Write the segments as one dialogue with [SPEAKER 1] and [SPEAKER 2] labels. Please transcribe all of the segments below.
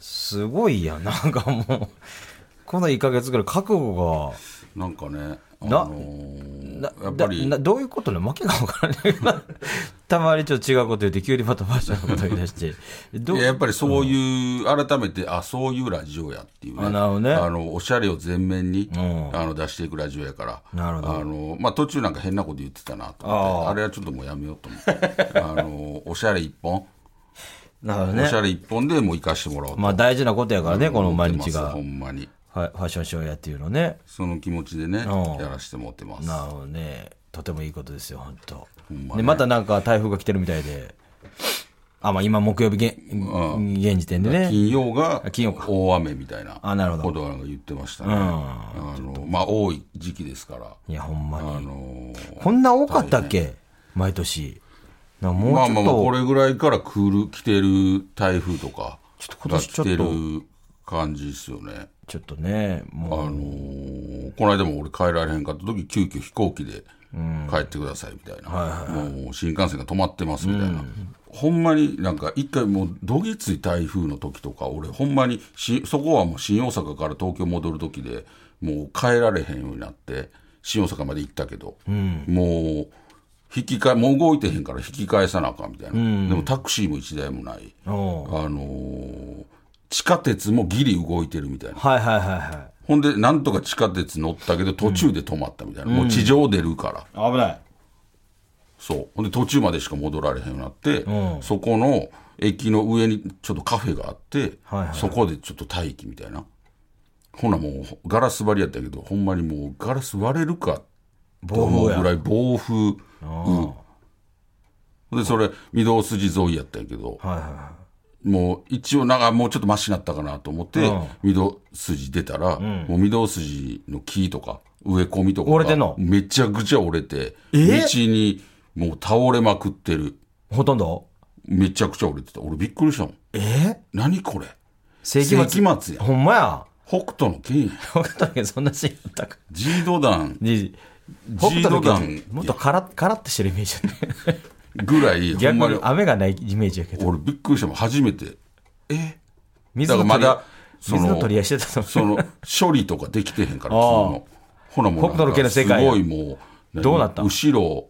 [SPEAKER 1] すごいやん、なんかもう、この1ヶ月ぐらい覚悟
[SPEAKER 2] なんかねあ
[SPEAKER 1] な
[SPEAKER 2] ー
[SPEAKER 1] が、な
[SPEAKER 2] やっぱり
[SPEAKER 1] だなどういうことね、負けが分からない。 今たまにちょっと違うこと言って、急にまたファッションのこと言い出して。ど
[SPEAKER 2] いややっぱりそういう、改めてあそういうラジオやっていうね
[SPEAKER 1] あなるほどね
[SPEAKER 2] あのおしゃれを全面に、
[SPEAKER 1] ん
[SPEAKER 2] あの出していくラジオやから
[SPEAKER 1] なるほど
[SPEAKER 2] あの、まあ、途中なんか変なこと言ってたなと思ってあれはちょっともうやめようと思って あのおしゃれ一本、
[SPEAKER 1] なるほど
[SPEAKER 2] おしゃ
[SPEAKER 1] ね。
[SPEAKER 2] れ一本でもう行かしてもらおうと、
[SPEAKER 1] まあ大事なことやからね、この毎日が。は
[SPEAKER 2] ほ
[SPEAKER 1] い
[SPEAKER 2] んまに
[SPEAKER 1] ファッションショーやっていうのね。
[SPEAKER 2] その気持ちでね
[SPEAKER 1] うん
[SPEAKER 2] やらしてもらってます
[SPEAKER 1] なるほどね。とてもいいことですよ、本当。
[SPEAKER 2] んま
[SPEAKER 1] で、またなんか台風が来てるみたいで。あ、まあ今木曜日現、現時点でね。
[SPEAKER 2] 金曜が
[SPEAKER 1] あ金曜か
[SPEAKER 2] 大雨みたいな
[SPEAKER 1] あなるほど
[SPEAKER 2] ことが言ってましたね、あのまあ、多い時期ですから、
[SPEAKER 1] いや、ほんまに。
[SPEAKER 2] あのー
[SPEAKER 1] こんな多かったっけ毎年。なもうち
[SPEAKER 2] ま
[SPEAKER 1] ょ
[SPEAKER 2] あ
[SPEAKER 1] っと、
[SPEAKER 2] まあまあ、これぐらいから来る来てる台風とか
[SPEAKER 1] 今
[SPEAKER 2] が
[SPEAKER 1] 年ちょ
[SPEAKER 2] 来
[SPEAKER 1] っと
[SPEAKER 2] てる感じですよね。
[SPEAKER 1] ちょっとね、
[SPEAKER 2] あ
[SPEAKER 1] も
[SPEAKER 2] の
[SPEAKER 1] う、
[SPEAKER 2] ーこの間も俺帰られへんかった時急遽飛行機で帰ってくださいみたいな、もう新幹線が止まってますみたいな、ほんまになんか一回もうどぎつい台風の時とか俺ほんまにしそこはもう新大阪から東京戻る時でもう帰られへんようになって新大阪まで行ったけど、もう引き返もう動いてへんから引き返さなあかんみたいな、でもタクシーも一台もない、
[SPEAKER 1] おう
[SPEAKER 2] あのー地下鉄もギリ動いてるみたいな。
[SPEAKER 1] はいはいは
[SPEAKER 2] ほんで、なんとか地下鉄乗ったけど、途中で止まったみたいな、もう地上出るから、
[SPEAKER 1] いはい。危ない。
[SPEAKER 2] そう、ほんで、途中までしか戻られへんようになって、そこの駅の上にちょっとカフェがあって、
[SPEAKER 1] はいはい
[SPEAKER 2] そこでちょっと待機みたいな、ほな、もうガラス張りやったけど、ほんまにもうガラス割れるかと
[SPEAKER 1] 暴
[SPEAKER 2] 思
[SPEAKER 1] 風
[SPEAKER 2] うぐ
[SPEAKER 1] や。
[SPEAKER 2] らい暴風、うん、ほんで、それ、御堂筋沿いやったんやけど、
[SPEAKER 1] はいは
[SPEAKER 2] もう一応なんかもうちょっとマシになったかなと思って、
[SPEAKER 1] うん
[SPEAKER 2] 御堂筋出たら、もう御堂筋の木とか植え込みとかが
[SPEAKER 1] 折れてんの
[SPEAKER 2] めちゃくちゃ折れて、
[SPEAKER 1] え
[SPEAKER 2] 道にもう倒れまくってる
[SPEAKER 1] い。ほとんど
[SPEAKER 2] めちゃくちゃ折れてた俺びっくりしたもん
[SPEAKER 1] え
[SPEAKER 2] 何これ
[SPEAKER 1] 世
[SPEAKER 2] 世
[SPEAKER 1] 紀
[SPEAKER 2] 紀
[SPEAKER 1] 末。
[SPEAKER 2] 末やん
[SPEAKER 1] ほんまや。
[SPEAKER 2] 北斗の剣やん
[SPEAKER 1] 分かったけど、そんなシーンあったか。
[SPEAKER 2] ジード弾
[SPEAKER 1] ジ
[SPEAKER 2] 北斗の拳
[SPEAKER 1] もっとカラッ、カラッとしてるイメージだね。
[SPEAKER 2] ぐらいほ
[SPEAKER 1] 逆
[SPEAKER 2] んまに
[SPEAKER 1] に雨がないイメージやけど。
[SPEAKER 2] 俺びっくりしたもん初めて
[SPEAKER 1] 水
[SPEAKER 2] だか
[SPEAKER 1] の取
[SPEAKER 2] らま
[SPEAKER 1] り合
[SPEAKER 2] だ
[SPEAKER 1] い、
[SPEAKER 2] その
[SPEAKER 1] 水の取り合いしてたと思う
[SPEAKER 2] その処理とかできてへんから
[SPEAKER 1] あ
[SPEAKER 2] 普通
[SPEAKER 1] あ
[SPEAKER 2] のほなもうなん
[SPEAKER 1] 北斗の拳
[SPEAKER 2] か
[SPEAKER 1] の世
[SPEAKER 2] す
[SPEAKER 1] 界や
[SPEAKER 2] ごいもう
[SPEAKER 1] どうなった
[SPEAKER 2] 後ろ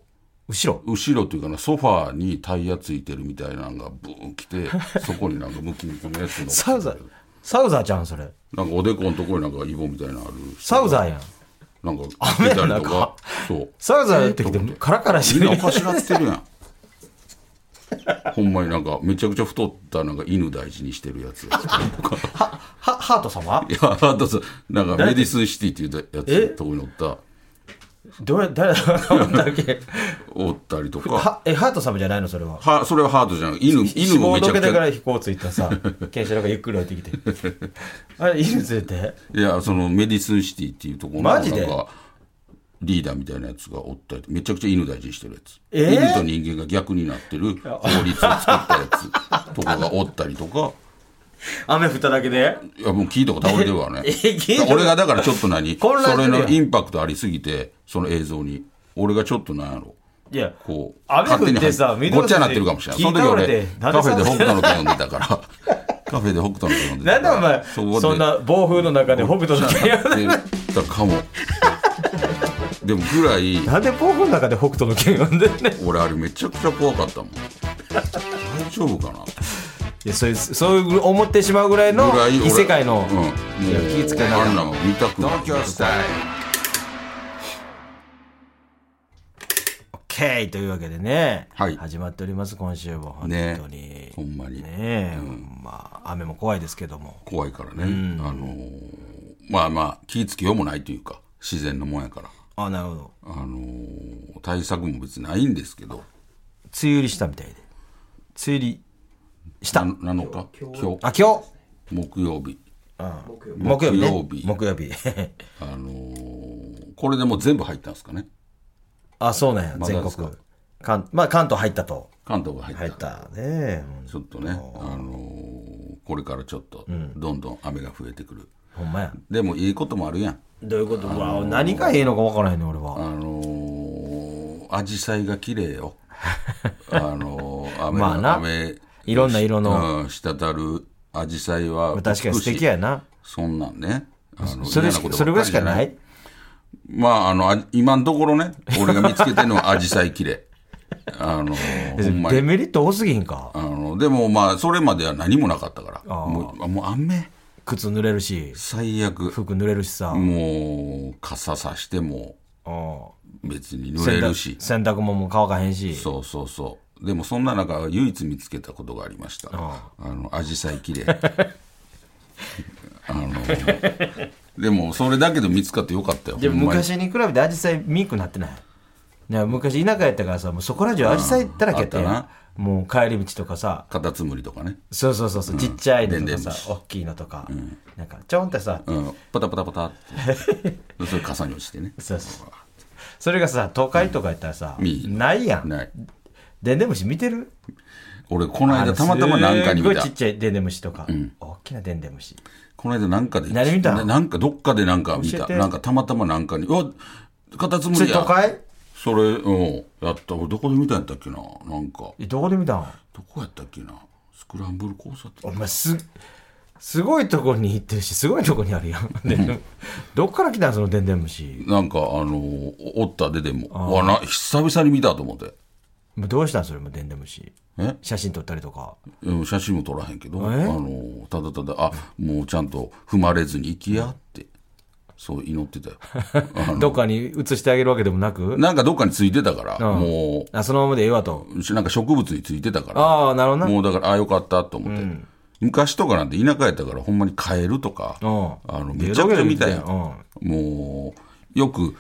[SPEAKER 1] 後ろ。
[SPEAKER 2] 後ろというかなソファーにタイヤついてるみたいなのがブーン来 てそこになんかムキムキのやつの
[SPEAKER 1] サウザー、サウザーちゃん、それ。
[SPEAKER 2] なんかおでこのところになんかイボみたいなのある
[SPEAKER 1] サウザーやん。
[SPEAKER 2] なんか来てたりとかそう
[SPEAKER 1] サウザーってきて、カラカラして
[SPEAKER 2] みん
[SPEAKER 1] る
[SPEAKER 2] なお。かしなってるやんほんまになんかめちゃくちゃ太ったなんか犬大事にして るやつや
[SPEAKER 1] は ハート様
[SPEAKER 2] いやあとさなんかメディスンシティっていうやつのとこにおった
[SPEAKER 1] どれ、誰だろうだっ け
[SPEAKER 2] おったりとか
[SPEAKER 1] はえハート様じゃないのそれは
[SPEAKER 2] はそれはハートじゃなく犬犬
[SPEAKER 1] 死
[SPEAKER 2] も
[SPEAKER 1] 亡
[SPEAKER 2] めち
[SPEAKER 1] ど
[SPEAKER 2] ゃく
[SPEAKER 1] け
[SPEAKER 2] ち
[SPEAKER 1] てか
[SPEAKER 2] ゃ
[SPEAKER 1] ら飛行ついたさ ケンシロウがゆっくり降りて きてあれ犬連れて
[SPEAKER 2] いやそのメディスンシティっていうところのな
[SPEAKER 1] マ
[SPEAKER 2] ん
[SPEAKER 1] ジで
[SPEAKER 2] かリーダーみたいなやつがおったりとめちゃくちゃ犬大事にしてるやつ、
[SPEAKER 1] えー
[SPEAKER 2] 犬と人間が逆になってる法律を作ったやつとかがおったりとか
[SPEAKER 1] 雨降っただけ で
[SPEAKER 2] いやもう木とか倒れてるわね
[SPEAKER 1] ええ木とか
[SPEAKER 2] 俺がだからちょっと何そ
[SPEAKER 1] 混乱する
[SPEAKER 2] れ
[SPEAKER 1] やん
[SPEAKER 2] のインパクトありすぎてその映像に俺がちょっとなんやろ
[SPEAKER 1] いや
[SPEAKER 2] こう
[SPEAKER 1] 雨降ってさ
[SPEAKER 2] 勝手に
[SPEAKER 1] 緑
[SPEAKER 2] 入
[SPEAKER 1] の筋
[SPEAKER 2] ごっちゃになってるかもしれないその時俺
[SPEAKER 1] 木倒れて
[SPEAKER 2] カフェで北斗の拳を見たから カフェで北斗の拳を見
[SPEAKER 1] な
[SPEAKER 2] た
[SPEAKER 1] ん
[SPEAKER 2] か
[SPEAKER 1] でお前
[SPEAKER 2] ら
[SPEAKER 1] そんな暴風の中でホビットの剣 を
[SPEAKER 2] やってたかもでもぐらい
[SPEAKER 1] なんで暴風の中で北斗の剣呼んでんねん
[SPEAKER 2] 俺あれめちゃくちゃ怖かったもん大丈夫かない
[SPEAKER 1] やそういうそういう思ってしまうぐらいの
[SPEAKER 2] ぐらい俺
[SPEAKER 1] 異世界の
[SPEAKER 2] うん、もう
[SPEAKER 1] いや気ぃつけな
[SPEAKER 2] あんなの見たくない東京スタイ
[SPEAKER 1] オッケーというわけでね、
[SPEAKER 2] はい
[SPEAKER 1] 始まっております今週も本
[SPEAKER 2] ね
[SPEAKER 1] 当に
[SPEAKER 2] ほんまに
[SPEAKER 1] ねえまあ雨も怖いですけども
[SPEAKER 2] 怖いからね、あのーまあまあ気ぃつけようもないというか自然のもんやから
[SPEAKER 1] あなるほど
[SPEAKER 2] あのー対策も別にないんですけど
[SPEAKER 1] 梅雨入りしたみたいで梅雨入りした
[SPEAKER 2] な7日今日
[SPEAKER 1] あ今日
[SPEAKER 2] 木曜日
[SPEAKER 1] 木曜日、ね、
[SPEAKER 2] 木曜日
[SPEAKER 1] 木曜日
[SPEAKER 2] あのーこれでもう全部入ったんですかね
[SPEAKER 1] あそうなんや
[SPEAKER 2] まだ
[SPEAKER 1] 全
[SPEAKER 2] ですか
[SPEAKER 1] 国関まあ関東入ったと
[SPEAKER 2] 関東が入った
[SPEAKER 1] 入ったねうん
[SPEAKER 2] ちょっとね、あのーこれからちょっとどんどん雨が増えてくる、
[SPEAKER 1] ほんまや
[SPEAKER 2] でもいいこともあるやん
[SPEAKER 1] どういうことうわ何がええのか分からへんね俺
[SPEAKER 2] あ
[SPEAKER 1] は
[SPEAKER 2] のアジサイが綺 麗よあのー雨,、
[SPEAKER 1] まあな
[SPEAKER 2] 雨
[SPEAKER 1] いろんない色の
[SPEAKER 2] うん、滴るアジサイは
[SPEAKER 1] 確かに素敵やな
[SPEAKER 2] そんなんねあの
[SPEAKER 1] それ
[SPEAKER 2] 嫌な
[SPEAKER 1] し
[SPEAKER 2] こと
[SPEAKER 1] それぐ
[SPEAKER 2] ば
[SPEAKER 1] ら
[SPEAKER 2] っ
[SPEAKER 1] いし
[SPEAKER 2] りじ
[SPEAKER 1] か
[SPEAKER 2] ゃ
[SPEAKER 1] ない
[SPEAKER 2] まあ、あの、あ今のところね、俺が見つけてるのはア ジサイ綺麗。あの、ほんま
[SPEAKER 1] デ
[SPEAKER 2] に。
[SPEAKER 1] メリット多すぎんか
[SPEAKER 2] あの、でもまあ、それまでは何もなかったから。もう、あもう雨、
[SPEAKER 1] 靴濡れるし
[SPEAKER 2] 最悪。
[SPEAKER 1] 服濡れるしさ
[SPEAKER 2] もう、傘さしても、
[SPEAKER 1] うん
[SPEAKER 2] 別に濡れるし。
[SPEAKER 1] 洗濯物も乾かへんし
[SPEAKER 2] そうそうそう。でも、そんな中、唯一見つけたことがありました。あの、アジサイ綺麗。 あの、でも、それだけで見つかってよかったよ。
[SPEAKER 1] で
[SPEAKER 2] ほん
[SPEAKER 1] も
[SPEAKER 2] まに
[SPEAKER 1] 昔に比べてアジサイミークなってないね昔田舎やったからさもうそこら中アジサイだらけやったやん
[SPEAKER 2] あったな
[SPEAKER 1] もう帰り道とかさ
[SPEAKER 2] カタツムリとかね。
[SPEAKER 1] そうそうそうそう、ちっちゃいのとか
[SPEAKER 2] でんでん
[SPEAKER 1] さ大きいのとか、なんかちょんってさ、
[SPEAKER 2] うん、パタパタパタって。それ傘に落ちてね。
[SPEAKER 1] そうそうそれがさ都会とかやったらさ、
[SPEAKER 2] 見えへん
[SPEAKER 1] ないやん
[SPEAKER 2] ない。
[SPEAKER 1] でんでん虫見てる
[SPEAKER 2] 俺、この間、たまたまなんかに見
[SPEAKER 1] すっ
[SPEAKER 2] た
[SPEAKER 1] ごいちっ。ちゃいでんでん虫とか、大きなでんでん虫
[SPEAKER 2] この間、なんかで。
[SPEAKER 1] 何見た
[SPEAKER 2] ななんか、どっかでなんか見
[SPEAKER 1] 教え
[SPEAKER 2] た。
[SPEAKER 1] て
[SPEAKER 2] なんか、たまたまなんかに。うわ、カタツム
[SPEAKER 1] そ
[SPEAKER 2] リ
[SPEAKER 1] れ都
[SPEAKER 2] や。
[SPEAKER 1] 会
[SPEAKER 2] それ、うん。やった。俺、どこで見たんやったっけな。なんか、
[SPEAKER 1] えどこで見たん
[SPEAKER 2] どこやったっけな。スクランブル交差
[SPEAKER 1] お
[SPEAKER 2] 点。
[SPEAKER 1] 前すすごいとこに行ってるしすごいとこにあるやん、でんでんどっから来たんそのでんでん虫
[SPEAKER 2] なんか、あのー、おおったででも。うわな、久々に見たと思って。
[SPEAKER 1] もうどうしたんそれもでんでん虫
[SPEAKER 2] え
[SPEAKER 1] 写真撮ったりとか
[SPEAKER 2] うん写真も撮らへんけど、あ
[SPEAKER 1] え
[SPEAKER 2] のー、ただただ、あ、もうちゃんと踏まれずに行きやって、そう祈ってた よ。
[SPEAKER 1] どっかに移してあげるわけでもなく
[SPEAKER 2] なんかどっかについてたから、も
[SPEAKER 1] あそのままでええわと
[SPEAKER 2] う、なんか植物についてたか
[SPEAKER 1] ああなるほど
[SPEAKER 2] ら、
[SPEAKER 1] な
[SPEAKER 2] もうだから、ああ、よかったと思って。昔とかなんて田舎やったから、ほんまにカエルとか、
[SPEAKER 1] うん
[SPEAKER 2] あのめちゃくちゃ見たや。
[SPEAKER 1] うん
[SPEAKER 2] もう、よく、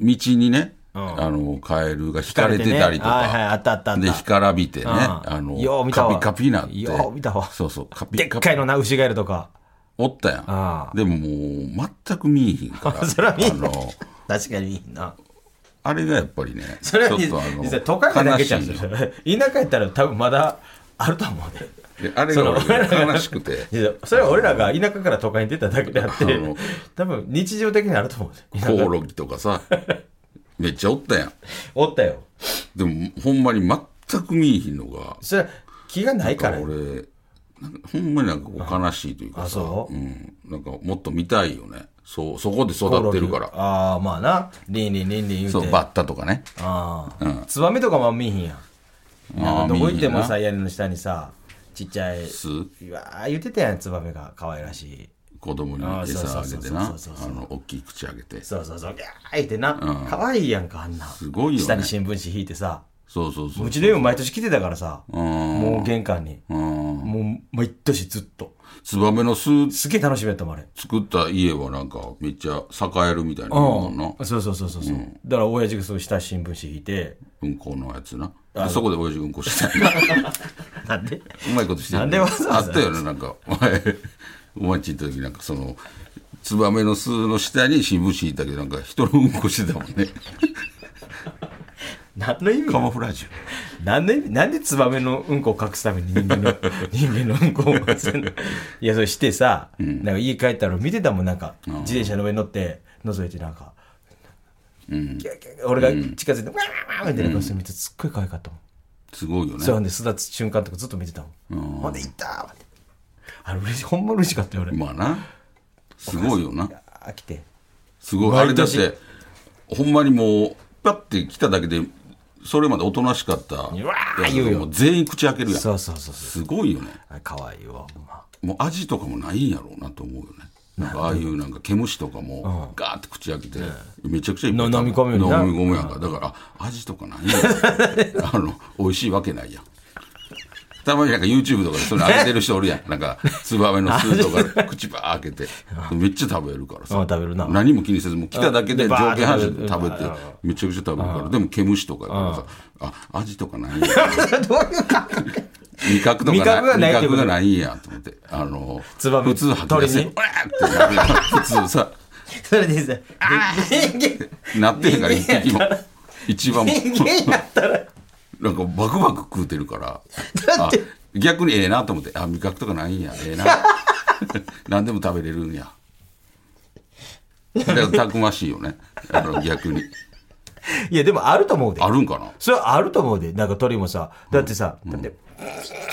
[SPEAKER 2] 道にね、あの、カエルが引かれてたりとか、
[SPEAKER 1] はいはいあったあったあった
[SPEAKER 2] で、干からびてね、
[SPEAKER 1] うん
[SPEAKER 2] あの
[SPEAKER 1] よう、見た
[SPEAKER 2] カ
[SPEAKER 1] わ
[SPEAKER 2] ピカピなんて。
[SPEAKER 1] よう見たわ
[SPEAKER 2] そうそう、カピ
[SPEAKER 1] でっ
[SPEAKER 2] カ
[SPEAKER 1] か
[SPEAKER 2] ピ。
[SPEAKER 1] いのな牛ガエルとか
[SPEAKER 2] おったや
[SPEAKER 1] あ
[SPEAKER 2] ん。でももう、全く見えひんか ら。
[SPEAKER 1] そら見えへん
[SPEAKER 2] あの、
[SPEAKER 1] 確かにいいな
[SPEAKER 2] あれがやっぱりね、
[SPEAKER 1] それは
[SPEAKER 2] ちょっとあの
[SPEAKER 1] 実際都会だけじゃん
[SPEAKER 2] 悲しいよ
[SPEAKER 1] それ田舎やったら多分まだあると思うで。
[SPEAKER 2] であれが俺が悲しくて
[SPEAKER 1] 実はそれは俺らが田舎から都会に出ただけであって
[SPEAKER 2] あの
[SPEAKER 1] 多分日常的にあると思うで田
[SPEAKER 2] コオ
[SPEAKER 1] 舎
[SPEAKER 2] ロギとかさ、めっちゃおったやん。
[SPEAKER 1] おったよ
[SPEAKER 2] でも、ほんまに全く見えひんのが、
[SPEAKER 1] それは気がないからよ
[SPEAKER 2] 俺、なんかほんまになんかこう悲しいというか
[SPEAKER 1] あ
[SPEAKER 2] さ、
[SPEAKER 1] そう
[SPEAKER 2] うん、なんかもっと見たいよね。そう、そこで育ってるか
[SPEAKER 1] コオロ
[SPEAKER 2] ら。
[SPEAKER 1] ギああまあなリンリンリンリン言
[SPEAKER 2] そうう、
[SPEAKER 1] て
[SPEAKER 2] バッタとかね。
[SPEAKER 1] ああツバメとかもあんま見えへんやん
[SPEAKER 2] あ
[SPEAKER 1] なん
[SPEAKER 2] あ
[SPEAKER 1] かどこ
[SPEAKER 2] 見えへ
[SPEAKER 1] 行
[SPEAKER 2] ん
[SPEAKER 1] っても
[SPEAKER 2] な
[SPEAKER 1] さ屋根の下にさちっちゃい
[SPEAKER 2] 巣
[SPEAKER 1] うわあ言ってたやんツバメが可愛らしい
[SPEAKER 2] 子供に
[SPEAKER 1] あー
[SPEAKER 2] 餌あげてな、
[SPEAKER 1] そうそうそうそうそ
[SPEAKER 2] あ
[SPEAKER 1] う
[SPEAKER 2] の、大きい口あげて。
[SPEAKER 1] そうそうそうギャーってな可愛いやんかあんな
[SPEAKER 2] すごいよね
[SPEAKER 1] 下に新聞紙引いてさ
[SPEAKER 2] そうそうそう
[SPEAKER 1] う。ちの家も毎年来てたからさ
[SPEAKER 2] うん。
[SPEAKER 1] もう玄関に
[SPEAKER 2] うん。
[SPEAKER 1] もう毎年ずっと
[SPEAKER 2] ツバメの巣
[SPEAKER 1] すげえ楽しみやったもんあれ
[SPEAKER 2] 作った家はなんかめっちゃ栄えるみたいなもんな。
[SPEAKER 1] そうそうそうそうそうだから親父がそう下に新聞紙引いて
[SPEAKER 2] うんこのやつな。でそこで親父うんこしてたよな。
[SPEAKER 1] なんで
[SPEAKER 2] うまいことしてたよ
[SPEAKER 1] なんでわざわざ
[SPEAKER 2] あったよね、なんか。お前、お前ち行った時なんかその、ツバメの巣の下に新聞紙いたけど、なんか人のうんこしてたもんね。
[SPEAKER 1] 何の意味
[SPEAKER 2] カモフラージ ュ。
[SPEAKER 1] なんで、なんでツバメのうんこを隠すために人 間の、人間のうんこを隠す のいや、それしてさ、なんか家帰ったら見てたもん、なんか、自転車の上に乗って、覗いてなんか、キャキャキャ俺が近づいて、わーわーわーみたいな顔して見て、すっごい可愛かったもん。
[SPEAKER 2] すごいよね
[SPEAKER 1] そう。ほんで、巣立つ瞬間とかずっと見てたもん。ほんで、行ったーって。あれ、嬉しい、ほんま嬉しかったよ、俺。
[SPEAKER 2] まあな。すごいよな。
[SPEAKER 1] あ、来て。
[SPEAKER 2] すごい。あれ
[SPEAKER 1] 毎
[SPEAKER 2] だっ
[SPEAKER 1] 年
[SPEAKER 2] て、ほんまにもう、パッて来ただけで、それまでおとなしかった。
[SPEAKER 1] わー言うよ
[SPEAKER 2] も全員口開けるやん。
[SPEAKER 1] そうそうそうそう。
[SPEAKER 2] すごいよね。
[SPEAKER 1] あれ可愛いわ、ほんま。
[SPEAKER 2] もう味とかもないんやろうなと思うよねなんかああいうなんか毛虫とかもガーって口開けてめちゃくちゃいっぱい
[SPEAKER 1] の飲み込むよ
[SPEAKER 2] 飲
[SPEAKER 1] な
[SPEAKER 2] み込むやんかだからあ味とかないんやろあの美味しいわけないやんたまになんか YouTube とかでそれ上げてる人おるやんなんかツバメの巣とか口ばー 開けてめっちゃ食べるから
[SPEAKER 1] うん
[SPEAKER 2] さ
[SPEAKER 1] 食べるな
[SPEAKER 2] 何も気にせずもう来ただけで
[SPEAKER 1] うん
[SPEAKER 2] 条
[SPEAKER 1] でバーって
[SPEAKER 2] 件反射
[SPEAKER 1] 食べ
[SPEAKER 2] で
[SPEAKER 1] る
[SPEAKER 2] 食べてめちゃく ちゃ食べるからでも毛虫とかやからさあ味とかないんやろ
[SPEAKER 1] どういう感覚
[SPEAKER 2] 味覚とか
[SPEAKER 1] 味覚がないってこ
[SPEAKER 2] 味
[SPEAKER 1] と
[SPEAKER 2] 覚がないんやと思ってあの
[SPEAKER 1] ツバメ
[SPEAKER 2] 普通吐き出せ
[SPEAKER 1] 鳥に
[SPEAKER 2] うわーってなるやん普 通さ
[SPEAKER 1] それでさ、人
[SPEAKER 2] なってへんから一滴
[SPEAKER 1] 人間
[SPEAKER 2] も
[SPEAKER 1] やから
[SPEAKER 2] 一番も
[SPEAKER 1] 間人間やったら、
[SPEAKER 2] なんかバクバク食うてるから
[SPEAKER 1] だって
[SPEAKER 2] あ逆にええなと思ってあ味覚とかないんやええな 何でも食べれる んやだからたくましいよねあの逆に
[SPEAKER 1] いやでもあると思うで
[SPEAKER 2] あ。るんかな
[SPEAKER 1] それはあると思うで。なんか鳥もさ、だってさ、だって、キャンキャンっ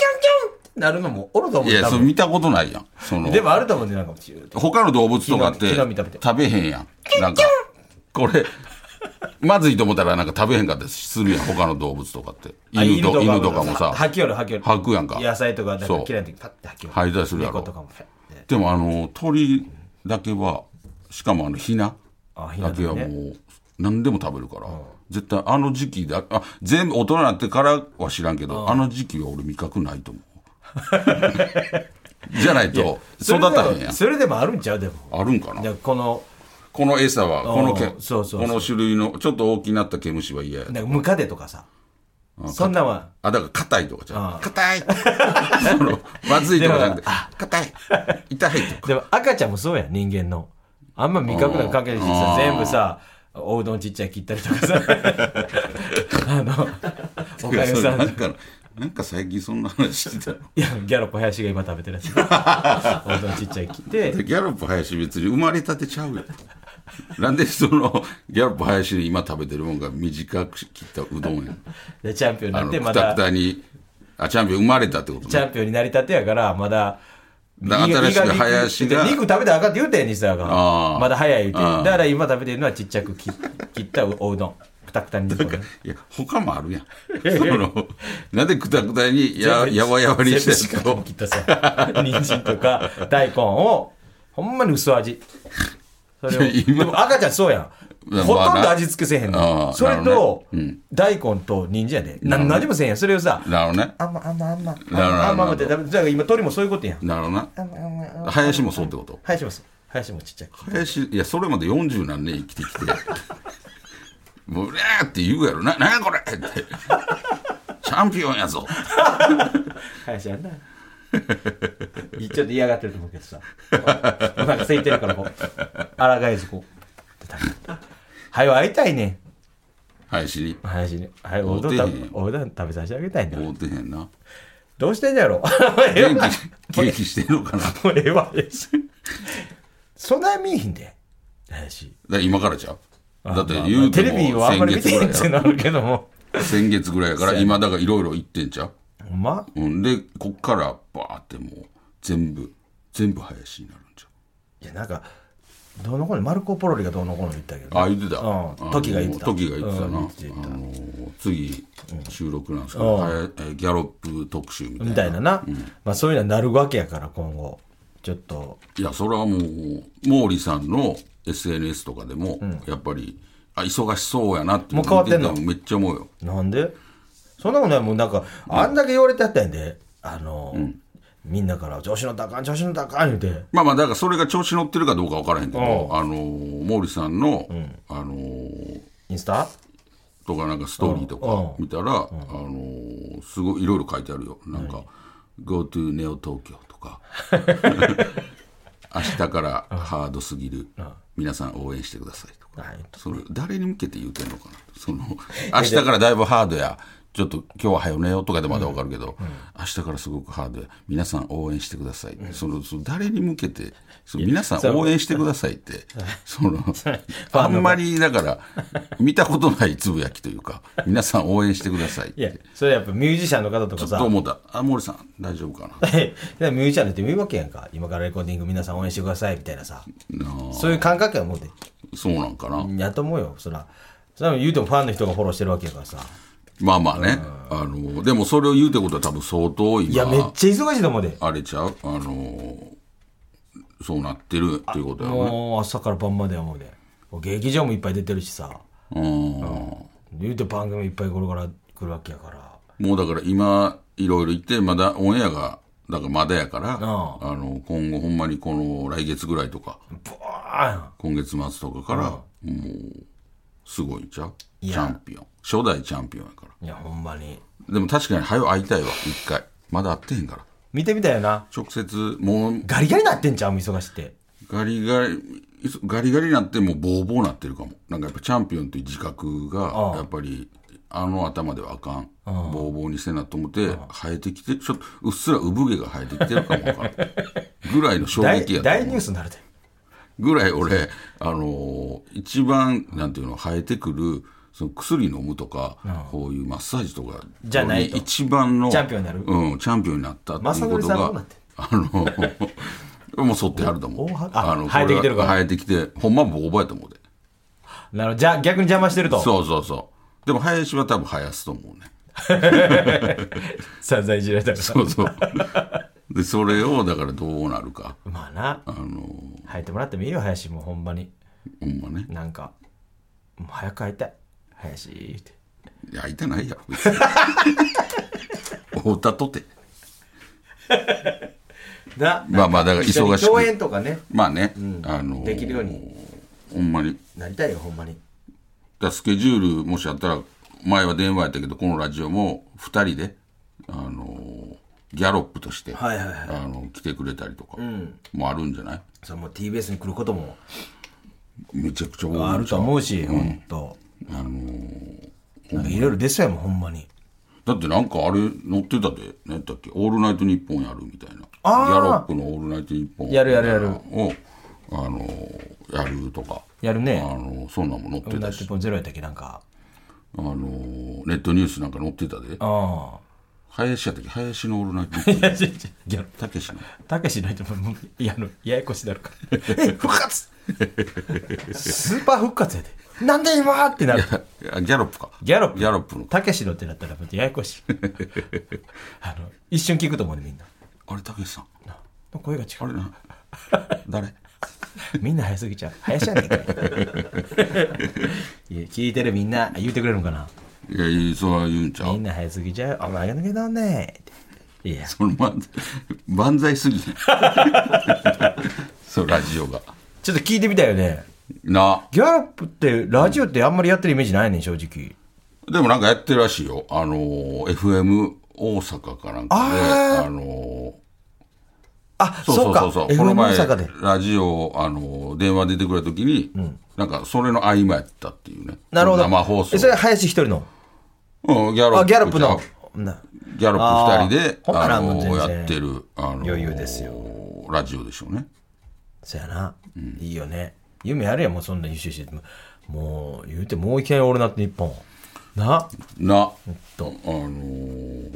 [SPEAKER 1] てなるのもおると思
[SPEAKER 2] いう
[SPEAKER 1] で。
[SPEAKER 2] や
[SPEAKER 1] 多
[SPEAKER 2] それ
[SPEAKER 1] 分
[SPEAKER 2] 見たことないやんその
[SPEAKER 1] でもあると思うで、なんか、チューって
[SPEAKER 2] 他の動物とかって
[SPEAKER 1] 木の実食べて
[SPEAKER 2] 食べへんやんなんかこれまずいと思ったらなんか食べへんかったりするやん他の動物とかって
[SPEAKER 1] あ
[SPEAKER 2] 犬と犬とかもさ
[SPEAKER 1] 吐きよる吐きよる。
[SPEAKER 2] 吐くやんか
[SPEAKER 1] 野菜とか、なん
[SPEAKER 2] そ
[SPEAKER 1] か
[SPEAKER 2] う
[SPEAKER 1] 嫌いな時パッて吐きよる。
[SPEAKER 2] 吐いたりするやろ
[SPEAKER 1] 猫とかもパッて。
[SPEAKER 2] でもあの鳥だけはしかもあのヒナ
[SPEAKER 1] あ、ひな
[SPEAKER 2] だけはも
[SPEAKER 1] ね。
[SPEAKER 2] う何でも食べるから、絶対あの時期だあ全部大人になってからは知らんけど、あの時期は俺味覚ないと思う じゃないと育たへんやん
[SPEAKER 1] それでもそれでもあるんちゃうでも。
[SPEAKER 2] あるんかな
[SPEAKER 1] だからこの、
[SPEAKER 2] この餌はこのけ
[SPEAKER 1] うんそうそうそう
[SPEAKER 2] この種類のちょっと大きなった毛虫は嫌や
[SPEAKER 1] なんかムカデとかさ。そんなんは、
[SPEAKER 2] あだから硬いとかじゃ
[SPEAKER 1] うん
[SPEAKER 2] ん硬い そのまずいとかじゃなくて
[SPEAKER 1] でもあ
[SPEAKER 2] 硬い痛いとか
[SPEAKER 1] でも赤ちゃんもそうやん人間のあんま味覚なんか関係ないし
[SPEAKER 2] あ
[SPEAKER 1] さ
[SPEAKER 2] ー
[SPEAKER 1] 全部さおうどんちっちゃい切ったりと かさあのおかゆ
[SPEAKER 2] そ
[SPEAKER 1] さ
[SPEAKER 2] れなん
[SPEAKER 1] ん
[SPEAKER 2] かなんか最近そんな話してた
[SPEAKER 1] いやギャロップ林が今食べてるや つおうどんちっちゃい切って
[SPEAKER 2] ギャロップ林別に生まれたてちゃうやん。なんでそのギャロップ林に今食べてるもんが短く切ったうどんやん。
[SPEAKER 1] でチャンピオンに
[SPEAKER 2] あ
[SPEAKER 1] なっ
[SPEAKER 2] の、
[SPEAKER 1] て
[SPEAKER 2] く
[SPEAKER 1] ま
[SPEAKER 2] た
[SPEAKER 1] た
[SPEAKER 2] くたに、あ、チャンピオン生まれたってこと
[SPEAKER 1] チャ
[SPEAKER 2] ね。
[SPEAKER 1] ンピオンになりたてやからまだ
[SPEAKER 2] だから新しく林が
[SPEAKER 1] 肉食べたらあかんって言うてん西田
[SPEAKER 2] あ
[SPEAKER 1] が
[SPEAKER 2] ー
[SPEAKER 1] まだ早い言うて
[SPEAKER 2] あー
[SPEAKER 1] だから今食べてるのはちっちゃく切切ったおうどんくたくたに
[SPEAKER 2] なんか、いや、他もあるやん。その、なんでくたくた にや、やわやわにし
[SPEAKER 1] 全部四
[SPEAKER 2] た
[SPEAKER 1] 角
[SPEAKER 2] や
[SPEAKER 1] く切った さ人参とか大根をほんまに薄味それを
[SPEAKER 2] いや 今
[SPEAKER 1] でも赤ちゃんそうやん
[SPEAKER 2] まあ
[SPEAKER 1] ほとんど味付けせえへん
[SPEAKER 2] あ
[SPEAKER 1] の
[SPEAKER 2] ー
[SPEAKER 1] それ
[SPEAKER 2] なるほ
[SPEAKER 1] と大根と人参やでな何もせえへんそれをさ
[SPEAKER 2] つ。なるほどね。
[SPEAKER 1] あんまあんまあんま
[SPEAKER 2] なるほど
[SPEAKER 1] あんまあんまってだから今鳥もそういうことやん
[SPEAKER 2] なるほど
[SPEAKER 1] あんまあんまあん
[SPEAKER 2] な。
[SPEAKER 1] ま
[SPEAKER 2] 林もそうってこと
[SPEAKER 1] 林もそう林もちっちゃい
[SPEAKER 2] 林、いや、それまで40何年生きてき て、もう、うわーって言うやろ。な、なんやこれって。チャンピオンやぞ。
[SPEAKER 1] 林 やんないちょっと嫌がってると思うけど さお腹空いてるからこう抗えずこうはよ会いたいねん
[SPEAKER 2] 林に。
[SPEAKER 1] 林に、はい、おう
[SPEAKER 2] 会う
[SPEAKER 1] ど
[SPEAKER 2] て
[SPEAKER 1] ん
[SPEAKER 2] へん
[SPEAKER 1] 食べ、おうどん食べさせてあげたいんだ。
[SPEAKER 2] 会うてへんな。
[SPEAKER 1] どうしてんだやろ
[SPEAKER 2] 元気、元気してんのかな。だか
[SPEAKER 1] もうええわ、林。そない見えへんで、林。
[SPEAKER 2] ら今からちゃう。だって
[SPEAKER 1] まあ
[SPEAKER 2] 言うて
[SPEAKER 1] テ
[SPEAKER 2] も
[SPEAKER 1] レビはあんま
[SPEAKER 2] 先
[SPEAKER 1] り見
[SPEAKER 2] 月
[SPEAKER 1] て
[SPEAKER 2] ぐ
[SPEAKER 1] へ
[SPEAKER 2] ら
[SPEAKER 1] んって
[SPEAKER 2] いや
[SPEAKER 1] な
[SPEAKER 2] ろ
[SPEAKER 1] るけども。
[SPEAKER 2] 先月ぐらいやから、今だからいろいろ言ってんちゃう。
[SPEAKER 1] ほんま
[SPEAKER 2] うん、で、こっからバーってもう全部、全部林になるんちゃ
[SPEAKER 1] いや、なんか、どうのこうの、マルコ・ポロリがどうのこうの言ったけど
[SPEAKER 2] う。
[SPEAKER 1] ね、
[SPEAKER 2] あ、言ってた。
[SPEAKER 1] うん時が言ってた
[SPEAKER 2] 時が言ってたな。あ
[SPEAKER 1] うん
[SPEAKER 2] の
[SPEAKER 1] 言ってた
[SPEAKER 2] ー、次、収録なんですけど、はやえーギャロップ特集みたいな。
[SPEAKER 1] みたいなな。まあ、そういうのはなるわけやから、今後。ちょっと、
[SPEAKER 2] いや、それはもう、毛利さんの SNS とかでも、やっぱり、あ、忙しそうやなってい
[SPEAKER 1] もう変わってんの
[SPEAKER 2] 見てたらめっちゃ思うよ。
[SPEAKER 1] なんでそんなことないもうなんかあんだけ言われてあったんやであの、みんなから「調子の高い調子の高い」言うて
[SPEAKER 2] まあまあ、だからそれが調子乗ってるかどうか分からへんけど、あのー、毛利さんの、あのー、
[SPEAKER 1] インスタ
[SPEAKER 2] とかなんかストーリーとか見たら、あのーすごいいろいろ書いてあるよ。なんか、Go to Neo Tokyo と か、明日からハードすぎる、皆さん応援してくださいとか。
[SPEAKER 1] はい
[SPEAKER 2] それ誰に向けて言うてんのかなその 明日からだいぶハードやちょっと今日は早寝ようとかでまだわかるけど、明日からすごくハードや皆さん応援してください、そのその誰に向けてその皆さん応援してくださいってそ の あんまりだから見たことないつぶやきというか皆さん応援してくださいっ
[SPEAKER 1] いや
[SPEAKER 2] て
[SPEAKER 1] それやっぱミュージシャンの方と
[SPEAKER 2] ちょ
[SPEAKER 1] か
[SPEAKER 2] っと
[SPEAKER 1] さ
[SPEAKER 2] 思ったあ森さん大丈夫かな
[SPEAKER 1] えミュージシャンの人も言うわけやんか今からレコーディング皆さん応援してくださいみたいなさ
[SPEAKER 2] なあ
[SPEAKER 1] そういう感覚やもうて
[SPEAKER 2] そうなんかな
[SPEAKER 1] やと思うよそらそら言うてもファンの人がフォローしてるわけやからさ
[SPEAKER 2] まあまあねあのでもそれを言うってことは多分相当今
[SPEAKER 1] いやめっちゃ忙しいと思うで
[SPEAKER 2] あれちゃうあのーそうなってるっていうことやろね。
[SPEAKER 1] もう朝から晩までや思うで劇場もいっぱい出てるしさ
[SPEAKER 2] うん。
[SPEAKER 1] 言うて番組いっぱいこれから来るわけやから
[SPEAKER 2] もうだから今、いろいろ言って、まだオンエアが、だからまだやから、あの、今後ほんまにこの来月ぐらいとか、
[SPEAKER 1] ブワーン
[SPEAKER 2] 今月末とかから、もう、すごいんちゃう
[SPEAKER 1] い
[SPEAKER 2] チ
[SPEAKER 1] や
[SPEAKER 2] ャンピオン。初代チャンピオンやか
[SPEAKER 1] い
[SPEAKER 2] ら。
[SPEAKER 1] やほんまに
[SPEAKER 2] でも確かに、早よ会いたいわ、一回。まだ会ってへんから。
[SPEAKER 1] 見てみたいよな。
[SPEAKER 2] 直接、もう、
[SPEAKER 1] ガリガリなってんちゃうもう忙しって。
[SPEAKER 2] ガリガリ、いつガリガリになってもうボーボーなってるかも。なんかやっぱチャンピオンという自覚が、やっぱり、あの頭ではあかん。ボーボーにせなと思って、生えてきて、ちょっとうっすら産毛が生えてきてるかもわからんぐらいの衝
[SPEAKER 1] 大
[SPEAKER 2] 撃やった
[SPEAKER 1] 大ニュースになるで。
[SPEAKER 2] ぐらい俺、あのー一番、なんていうの、生えてくる、その薬飲むとか、こういうマッサージとか、
[SPEAKER 1] じゃないと
[SPEAKER 2] 一番の、
[SPEAKER 1] チャンピオンになる
[SPEAKER 2] うん、チャンピオンになったっていうこと
[SPEAKER 1] 正則さんどうな
[SPEAKER 2] が
[SPEAKER 1] って、
[SPEAKER 2] あのー もう剃ってやると思う
[SPEAKER 1] 大は。あ
[SPEAKER 2] あの
[SPEAKER 1] 生えてきてるから
[SPEAKER 2] これは生えてきて、ほんまボーボーやと思うで。
[SPEAKER 1] なるほどじゃ、逆に邪魔してると。
[SPEAKER 2] そうそうそう。でも、林は多分生やすと思う ね。
[SPEAKER 1] 散々いじられたから。
[SPEAKER 2] そうそう。で、それを、だからどうなるか。
[SPEAKER 1] まあな。
[SPEAKER 2] あのー
[SPEAKER 1] 生えてもらってもいいよ、林もうほんまに。
[SPEAKER 2] ほんまね。
[SPEAKER 1] なんか、もう早く会いたい。林って。
[SPEAKER 2] いや、開いてないやろ、別 に。会うたとて。
[SPEAKER 1] な、
[SPEAKER 2] まあまあ、だから
[SPEAKER 1] 一緒に
[SPEAKER 2] 忙し
[SPEAKER 1] 共
[SPEAKER 2] く。
[SPEAKER 1] 演とかね、
[SPEAKER 2] まあね、あのー
[SPEAKER 1] できるように
[SPEAKER 2] ほんまに。だか
[SPEAKER 1] なりたいよ、ほんまに。
[SPEAKER 2] らスケジュール、もしあったら、前は電話やったけど、このラジオも2人で、あのーギャロップとして、
[SPEAKER 1] はいはいはい
[SPEAKER 2] あの来てくれたりとか、もあるんじゃない
[SPEAKER 1] それもう TBS に来ることも
[SPEAKER 2] めちゃくちゃ多い
[SPEAKER 1] あると思うし、ほんと。あのなんかいろいろ出そうやもん、ほんまに。
[SPEAKER 2] だってなんかあれ乗ってたで、何やったっけ、オールナイトニッポンやるみたいな。ギ
[SPEAKER 1] あー
[SPEAKER 2] ャロップのオールナイトニッポン。
[SPEAKER 1] やるやるやる
[SPEAKER 2] を、あのーやるとか、
[SPEAKER 1] やる
[SPEAKER 2] あ
[SPEAKER 1] ね。
[SPEAKER 2] のーそんなんも乗って
[SPEAKER 1] だ
[SPEAKER 2] た
[SPEAKER 1] って
[SPEAKER 2] し、
[SPEAKER 1] ポンゼロやったっけ、なんか。
[SPEAKER 2] あのーネットニュースなんか載ってたで。
[SPEAKER 1] あ
[SPEAKER 2] 林やったっけ、林のオールナイトニ ッポン。
[SPEAKER 1] あ。いや、違う違ういや
[SPEAKER 2] たけしの。
[SPEAKER 1] たけしないともういやあのややこしになる からえ復活スーパー復活やでなんで今ってなる
[SPEAKER 2] あギャロップか。
[SPEAKER 1] ギャロップ
[SPEAKER 2] ギャロップの。
[SPEAKER 1] たけしのってなったらもうややこしい あの一瞬聞くと思うねみんな
[SPEAKER 2] あれ、たけしさん。
[SPEAKER 1] 声が違
[SPEAKER 2] あれな。誰
[SPEAKER 1] うみんな早すぎちゃう早しやねんから いや聞いてるみんな言うてくれるのかない
[SPEAKER 2] や、いいそうは言うんちゃ
[SPEAKER 1] み。
[SPEAKER 2] うん
[SPEAKER 1] な早すぎちゃうお前が抜けたんねっていや
[SPEAKER 2] その万歳、 万歳すぎへん。 そう、ラジオが。
[SPEAKER 1] ちょっと聞いてみたいよね
[SPEAKER 2] な。
[SPEAKER 1] ギャロップってラジオってあんまりやってるイメージないねん正直
[SPEAKER 2] でもなんかやってるらしいよ。あのー FM 大阪かなんかで、
[SPEAKER 1] あ
[SPEAKER 2] あの
[SPEAKER 1] あ
[SPEAKER 2] ー
[SPEAKER 1] そうか
[SPEAKER 2] こ
[SPEAKER 1] FM
[SPEAKER 2] の前
[SPEAKER 1] 大阪で、
[SPEAKER 2] ラジオ、あのー電話出てくれた時に、なんかそれの合間やったっていうね。
[SPEAKER 1] なるほど。
[SPEAKER 2] 生放送。
[SPEAKER 1] えそれ林一人の。
[SPEAKER 2] うん、ギャロップ。
[SPEAKER 1] あ、ギャロップの。な
[SPEAKER 2] ギャロップ二人で
[SPEAKER 1] あ、ーほんなら
[SPEAKER 2] あのー
[SPEAKER 1] もう全然
[SPEAKER 2] やってる、あのー
[SPEAKER 1] 余裕です
[SPEAKER 2] ラジオでしょうね。
[SPEAKER 1] そやな。いいよね。夢あるやん、もうそんな優秀してても。もう、言うて、もういきなり俺なって日本。な。
[SPEAKER 2] な、あのー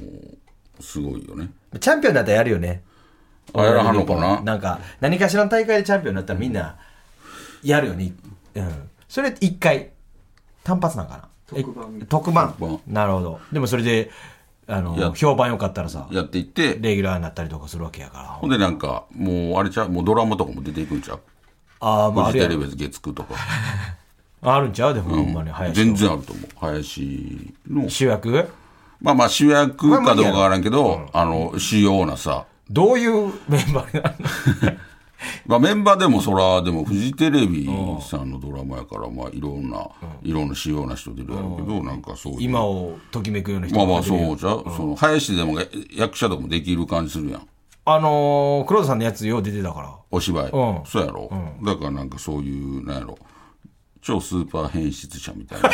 [SPEAKER 2] すごいよね。
[SPEAKER 1] チャンピオンになったらやるよね。
[SPEAKER 2] あやらはんのかな
[SPEAKER 1] なんか、何かしらの大会でチャンピオンになったらみんな、やるよね。うん。それ一回、単発なんかな。特番。特番
[SPEAKER 2] 番。
[SPEAKER 1] なるほど。でもそれで、あの、
[SPEAKER 2] や
[SPEAKER 1] 評判良かったらさ、
[SPEAKER 2] やっていって、
[SPEAKER 1] レギュラーになったりとかするわけやから。
[SPEAKER 2] ほんでなんか、もうあれちゃうもうドラマとかも出ていくんちゃう
[SPEAKER 1] ああ、まあ、
[SPEAKER 2] フ
[SPEAKER 1] あ
[SPEAKER 2] ジ
[SPEAKER 1] るや
[SPEAKER 2] テ
[SPEAKER 1] ろ
[SPEAKER 2] レビ月9とか。
[SPEAKER 1] あるんちゃうでも、ほんまに、林
[SPEAKER 2] 全
[SPEAKER 1] の。
[SPEAKER 2] 然あると思う。林の。
[SPEAKER 1] 主役
[SPEAKER 2] まあまあ主役かどうかわからんけど、あの、主要なさ。
[SPEAKER 1] どういうメンバーな
[SPEAKER 2] まあメンバーでもそら、でもフジテレビさんのドラマやから、まあいろんな、いろんな主要な人出るやろうけど、なんかそういう。
[SPEAKER 1] 今をときめくような人
[SPEAKER 2] まあまあ
[SPEAKER 1] 出て
[SPEAKER 2] そ
[SPEAKER 1] るよ
[SPEAKER 2] うじゃう。その、林でもえ役者とかもできる感じするやん。
[SPEAKER 1] あのー、黒田さんのやつよう出てたから
[SPEAKER 2] お芝居。
[SPEAKER 1] うん
[SPEAKER 2] そうやろ。だからなんかそういう、なんやろ。超スーパー変質者みたい な。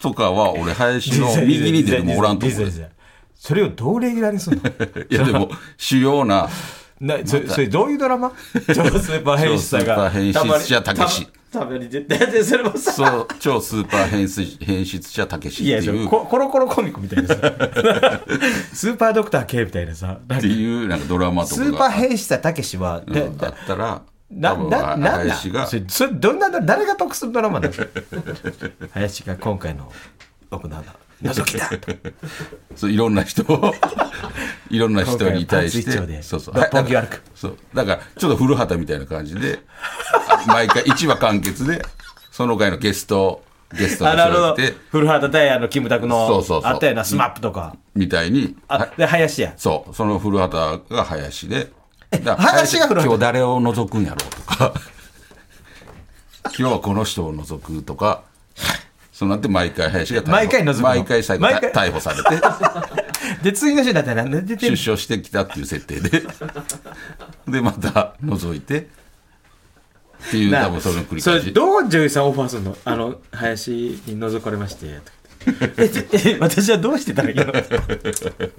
[SPEAKER 2] とかは俺、林 の右に出てもおらんと思う
[SPEAKER 1] 実。際実際それをどうレギュラーにするの
[SPEAKER 2] いやでも、主要な、
[SPEAKER 1] なそれそれどういうドラマ超スーパー変質者が
[SPEAKER 2] 超スーパー変質者たけした
[SPEAKER 1] まに絶対それもさ
[SPEAKER 2] そう、超スーパー変質変質者たけし
[SPEAKER 1] いや
[SPEAKER 2] って
[SPEAKER 1] そ
[SPEAKER 2] いうう、
[SPEAKER 1] ココロコロコミックみたいなさスーパードクター系みたいなさなん
[SPEAKER 2] っ
[SPEAKER 1] か
[SPEAKER 2] ていうなんかドラマと
[SPEAKER 1] ス
[SPEAKER 2] か
[SPEAKER 1] ーパー
[SPEAKER 2] が
[SPEAKER 1] 変質者たけしは、
[SPEAKER 2] う
[SPEAKER 1] で
[SPEAKER 2] んあったら、
[SPEAKER 1] な、
[SPEAKER 2] 多分
[SPEAKER 1] な、なんだ
[SPEAKER 2] 林が
[SPEAKER 1] それ、それどんな、誰が得するドラマなの林が今回の行うな、覗きだと
[SPEAKER 2] そういろんな人 を、いろんな人に対し
[SPEAKER 1] 今回はパンツ一丁で
[SPEAKER 2] て、そうそう、
[SPEAKER 1] 六本木
[SPEAKER 2] はい
[SPEAKER 1] を歩く
[SPEAKER 2] そう、だからちょっと古畑みたいな感じで、あ毎回1話完結で、その回のゲスト、ゲストの
[SPEAKER 1] あ、なるほ
[SPEAKER 2] 人が
[SPEAKER 1] ど
[SPEAKER 2] 来て、。
[SPEAKER 1] 古畑大也のキムタクの、
[SPEAKER 2] そうそうそう
[SPEAKER 1] あったよな、スマップとか。
[SPEAKER 2] みたいに、
[SPEAKER 1] あ、で、林や。
[SPEAKER 2] そう、その古畑が林で、だから
[SPEAKER 1] 林が古畑
[SPEAKER 2] 今日誰を 除くんやろうとか、今日はこの人を除くとか、そうなって毎回林が逮捕
[SPEAKER 1] 毎回覗くの
[SPEAKER 2] 毎回最後
[SPEAKER 1] 毎回
[SPEAKER 2] 逮捕されて
[SPEAKER 1] で、次の週だったらなんで出て
[SPEAKER 2] 出
[SPEAKER 1] る
[SPEAKER 2] 所してきたっていう設定ででまた覗いてっていう
[SPEAKER 1] なあ
[SPEAKER 2] 多分その繰り
[SPEAKER 1] そ
[SPEAKER 2] 返
[SPEAKER 1] れ
[SPEAKER 2] し
[SPEAKER 1] どう女優さんオファーするのあの林に覗かれましてとか言って えちえ私はどうしてたらいいの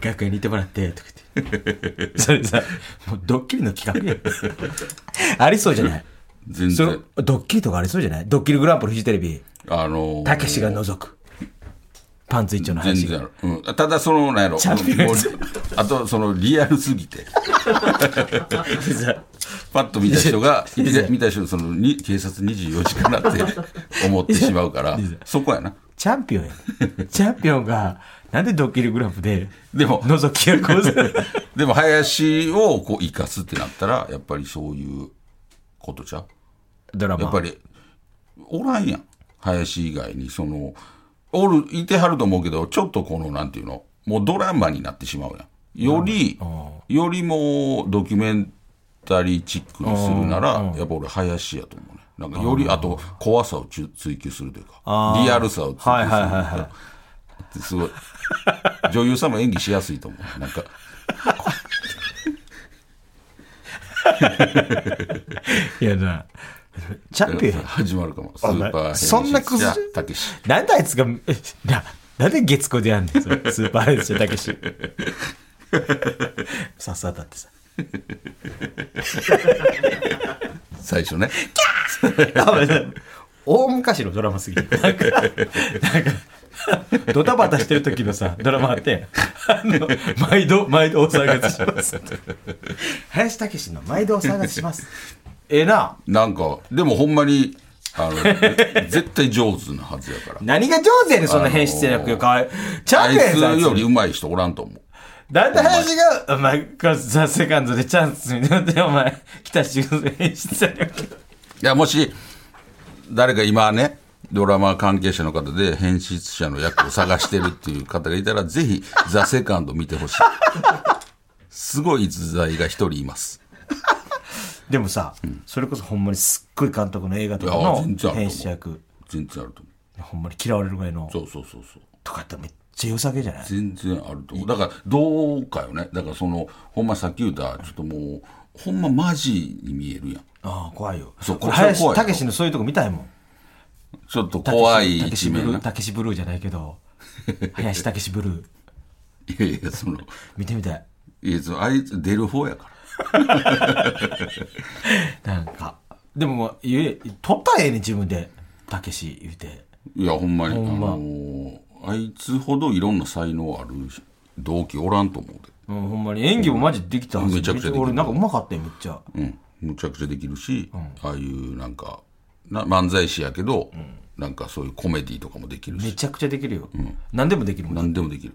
[SPEAKER 1] 学園にいてもらってとか言ってそれさもうドッキリの企画やん ありそうじゃない
[SPEAKER 2] 全
[SPEAKER 1] その
[SPEAKER 2] 然
[SPEAKER 1] ドッキリとかありそうじゃないドッキリグランプリフジテレビ
[SPEAKER 2] あのー
[SPEAKER 1] たけしが覗くパンツ一丁の
[SPEAKER 2] 全
[SPEAKER 1] 林
[SPEAKER 2] 然ある、うん、ただそのなんやろ
[SPEAKER 1] ゃんと言う
[SPEAKER 2] もうあとそのリアルすぎて
[SPEAKER 1] さ
[SPEAKER 2] パッと見た人が
[SPEAKER 1] いやいや
[SPEAKER 2] 見た人そのに警察24時からって 思ってしまうからそこやな
[SPEAKER 1] チャンピオン やんチャンピオンがなんでドッキリグランプリで
[SPEAKER 2] でも
[SPEAKER 1] 覗き役をする
[SPEAKER 2] でも林をこう生かすってなったらやっぱりそういうことじゃう
[SPEAKER 1] ドラマ
[SPEAKER 2] やっぱりおらんやん林以外にそのおるいてはると思うけどちょっとこのなんていうのもうドラマになってしまうやんよりよりもドキュメンタリーチックにするならやっぱ俺林やと思うねなんかよりあと怖さをちゅ追求するというかリアルさを追求する
[SPEAKER 1] はいはいはいは
[SPEAKER 2] ってすごい女優さんも演技しやすいと思うなんか
[SPEAKER 1] いやな、チャンピオンや
[SPEAKER 2] 始まるかもスーパー編集
[SPEAKER 1] そんな崩
[SPEAKER 2] 者
[SPEAKER 1] し
[SPEAKER 2] たけし
[SPEAKER 1] なんであいつが、えな、なんで月子でやんねん、そ れスーパーアイドルたけし。さっさだってさ。
[SPEAKER 2] 最初ね
[SPEAKER 1] あまあ 大昔のドラマすぎて。なんか、なんか、ドタバタしてる時のさ、ドラマあって、あの、毎度、毎度お騒がせします って。林武史の毎度お騒がせします。ええな。
[SPEAKER 2] なんか、でもほんまに、あの、 ぜ絶対上手なはずやから。
[SPEAKER 1] 何が上手やねん、そんな変質役よ。かわいい。チャ
[SPEAKER 2] あ
[SPEAKER 1] ン
[SPEAKER 2] い
[SPEAKER 1] ピオンやぞあいつ
[SPEAKER 2] つより上手い人おらんと思う。
[SPEAKER 1] だんだん話が、お前、こスザ・セカンドでチャンスみたいになって、お前、来た仕事演出される
[SPEAKER 2] いや、もし、誰か今ね、ドラマ関係者の方で編集者の役を探してるっていう方がいたら、ぜひ、ザ・セカンド見てほしい。すごい逸材が一人います。
[SPEAKER 1] でもさ、それこそほんまにすっごい監督の映画とか
[SPEAKER 2] いや
[SPEAKER 1] の
[SPEAKER 2] 全然あると思う
[SPEAKER 1] 編集役、
[SPEAKER 2] 全然あると思
[SPEAKER 1] ほんまに嫌われるぐらいの、
[SPEAKER 2] う。そうそうそうそう。
[SPEAKER 1] とかってめっちゃ良さげじゃない
[SPEAKER 2] 全然あると思うだからどうかよねだからそのほんまさっき言ったちょっともうほんまマジに見えるやん
[SPEAKER 1] ああ、怖いよ。
[SPEAKER 2] そう
[SPEAKER 1] 俺、
[SPEAKER 2] これそれ
[SPEAKER 1] 林
[SPEAKER 2] 怖いよ
[SPEAKER 1] 武史のそういうとこ見たいもん。
[SPEAKER 2] ちょっと怖い
[SPEAKER 1] 武
[SPEAKER 2] 一
[SPEAKER 1] 史ブ
[SPEAKER 2] 面
[SPEAKER 1] ル
[SPEAKER 2] な
[SPEAKER 1] ー、武史ブルーじゃないけど、 林武史ブルー、
[SPEAKER 2] いやいやその
[SPEAKER 1] 見てみたい。
[SPEAKER 2] いや、そのあいつ出る方やか
[SPEAKER 1] なんか。でももう、言え、撮ったらええねん自分で、武史言うて。
[SPEAKER 2] ら。いや、ほんまに、
[SPEAKER 1] んま
[SPEAKER 2] あのーあいつほどいろんな才能ある同期おらんと思う
[SPEAKER 1] うん、ほんまに演技もマジできたはず
[SPEAKER 2] めちゃくちゃできる
[SPEAKER 1] 俺なんかうまかったよめっちゃ
[SPEAKER 2] で。うん。むちゃくちゃできるし、ああいうなんか、な漫才師やけど、なんかそういうコメディとかもできる
[SPEAKER 1] め
[SPEAKER 2] し、
[SPEAKER 1] ちゃくちゃできるよ、何でもできるもん
[SPEAKER 2] 何でもできる。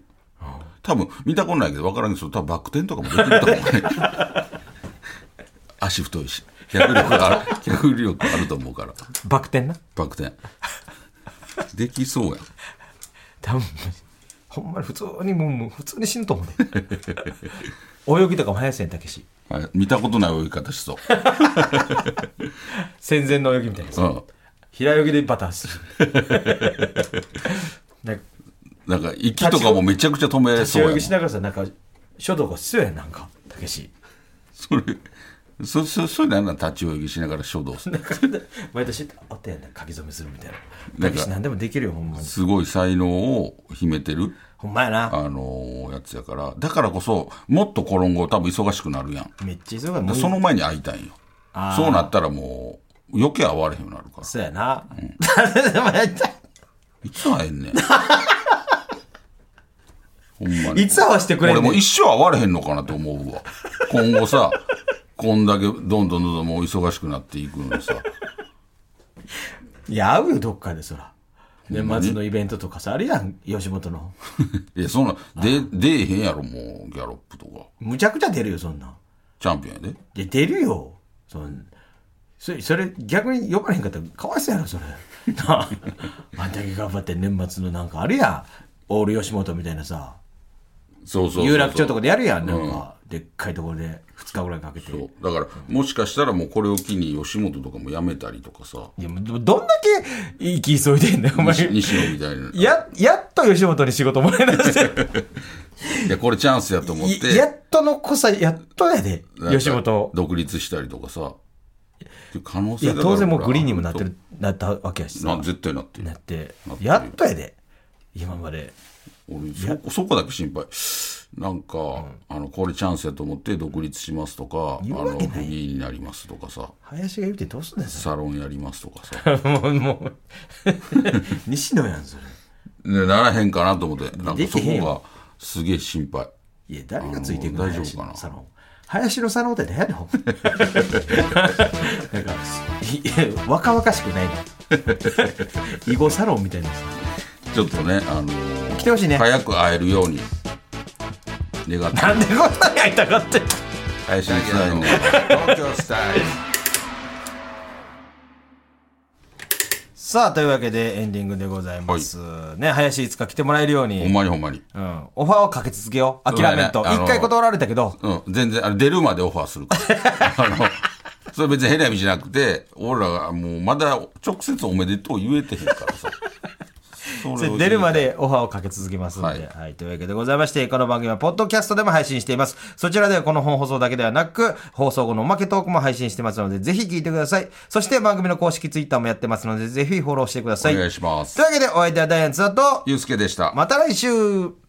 [SPEAKER 2] 多分、見たことないけど、わからんけど、多分バック転とかもできると思うね。足太いし。脚力ある、脚力あると思うから。
[SPEAKER 1] バク転な
[SPEAKER 2] バック転。できそうやん。
[SPEAKER 1] 多分ほんまに普通にもうもう普通に死ぬと思 うね泳ぎとかも速いせんたけし
[SPEAKER 2] あ見たことない泳ぎ方し そう。
[SPEAKER 1] 戦前の泳ぎみたいなやつ
[SPEAKER 2] うん。
[SPEAKER 1] 平泳ぎでバターす るなんか
[SPEAKER 2] なんか、息とかもめちゃくちゃ止め
[SPEAKER 1] 立ち
[SPEAKER 2] そうや
[SPEAKER 1] 泳
[SPEAKER 2] もん
[SPEAKER 1] ぎしながらさなんか書道が必要やんなんかたけし
[SPEAKER 2] それ、そ、そ、それなんなん立ち泳ぎしながら書道する。
[SPEAKER 1] 毎年あったやんなんか書き初めするみたいな
[SPEAKER 2] な
[SPEAKER 1] た
[SPEAKER 2] ん
[SPEAKER 1] け
[SPEAKER 2] か
[SPEAKER 1] し何でもできるよほんまに
[SPEAKER 2] すごい才能を秘めてる、
[SPEAKER 1] ほんまやな
[SPEAKER 2] あのーやつやから。だからこそ、もっと今後多分忙しくなるやん。
[SPEAKER 1] めっちゃ忙しいもう
[SPEAKER 2] でその前に会いたいんよ。そうなったらもう、余計会われへんようになるから。
[SPEAKER 1] そうや な、
[SPEAKER 2] いつ会 えんねん。ほんまに。
[SPEAKER 1] いつ合わせてくれん
[SPEAKER 2] 俺も
[SPEAKER 1] ね
[SPEAKER 2] うん一生会われへんのかなと思うわ。 今後さ、こんだけどんどんどんどんもう忙しくなっていくのにさ。
[SPEAKER 1] いや、会うよ、どっかで、そら。年末のイベントとかさ、あれやん、吉本の。
[SPEAKER 2] いや、そんな、で、出えへんやろ、もう、ギャロップとか。
[SPEAKER 1] むちゃくちゃ出るよ、そんなん。
[SPEAKER 2] チャンピオンやで。
[SPEAKER 1] いや、出るよ。そんそれ、それ、逆に呼ばれへんかったら、かわいそうやろ、 それ。なあ、あんだけ頑張って年末のなんかあるやん。オール吉本みたいなさ、
[SPEAKER 2] そうそうそうそう
[SPEAKER 1] 有楽町とかでやるやん、なんか。でっかいところで2日ぐらいかけて
[SPEAKER 2] そうだから、もしかしたらもうこれを機に吉本とかも辞めたりとかさ
[SPEAKER 1] いやもうどどんだけ息急いでんだよお前
[SPEAKER 2] 西西野みたいな
[SPEAKER 1] ややっと吉本に仕事もらい出して
[SPEAKER 2] いやこれチャンスやと思っ
[SPEAKER 1] いや
[SPEAKER 2] て
[SPEAKER 1] っとのこさやっとやで
[SPEAKER 2] なんか
[SPEAKER 1] 吉本
[SPEAKER 2] 独立したりとかさっていう可能
[SPEAKER 1] い
[SPEAKER 2] 性
[SPEAKER 1] や
[SPEAKER 2] だから
[SPEAKER 1] 当然もうグリーンにもなって
[SPEAKER 2] ほ
[SPEAKER 1] るなったわけやし
[SPEAKER 2] らな
[SPEAKER 1] さ
[SPEAKER 2] 絶対なってる
[SPEAKER 1] なって
[SPEAKER 2] なってる
[SPEAKER 1] やっとやで今まで
[SPEAKER 2] 俺そこそこだけ心配なんか、あのこれチャンスやと思って独立しますとか、
[SPEAKER 1] 言
[SPEAKER 2] あ
[SPEAKER 1] うわ
[SPEAKER 2] のフ
[SPEAKER 1] けな
[SPEAKER 2] リ
[SPEAKER 1] い
[SPEAKER 2] ーになりますとかさ
[SPEAKER 1] 林が言うてどうすんねんそ
[SPEAKER 2] サロンやりますとかさ
[SPEAKER 1] れもうもう西野やんそれ
[SPEAKER 2] ね、ならへんかなと思って、なんか
[SPEAKER 1] で
[SPEAKER 2] そ
[SPEAKER 1] きへん
[SPEAKER 2] こ
[SPEAKER 1] よ
[SPEAKER 2] がすげえ心配。
[SPEAKER 1] いや誰がついてくる
[SPEAKER 2] あの大丈夫かな
[SPEAKER 1] 林のサロン林のサロンって何やねんほんまなんかいや若々しくないの囲碁サロンみたいなさ
[SPEAKER 2] ちょっとね、あのー
[SPEAKER 1] 来てほしいね
[SPEAKER 2] 早く会えるように願って、
[SPEAKER 1] なんでこんなに会いたがってんの
[SPEAKER 2] 林に伝えの東京スタイル。
[SPEAKER 1] さあというわけでエンディングでございます、ね林いつか来てもらえるように
[SPEAKER 2] ほんまにほんまに。
[SPEAKER 1] うん、オファーをかけ続けよう諦めんと
[SPEAKER 2] そうやねあ
[SPEAKER 1] 一、
[SPEAKER 2] の
[SPEAKER 1] 回断られたけど
[SPEAKER 2] うん、全然、あれ出るまでオファーす るから。あのそれ別に変な意味じゃなくて、俺らがもうまだ直接おめでとう言えてへんから さ。それを
[SPEAKER 1] 出るまでオファーをかけ続けますんで、は
[SPEAKER 2] はいい
[SPEAKER 1] というわけでございましてこの番組はポッドキャストでも配信していますそちらではこの本放送だけではなく放送後のおまけトークも配信してますのでぜひ聞いてくださいそして番組の公式ツイッターもやってますのでぜひフォローしてください
[SPEAKER 2] お願いします
[SPEAKER 1] というわけでお相手はダイアンツだと
[SPEAKER 2] ゆうすけでした。
[SPEAKER 1] また来週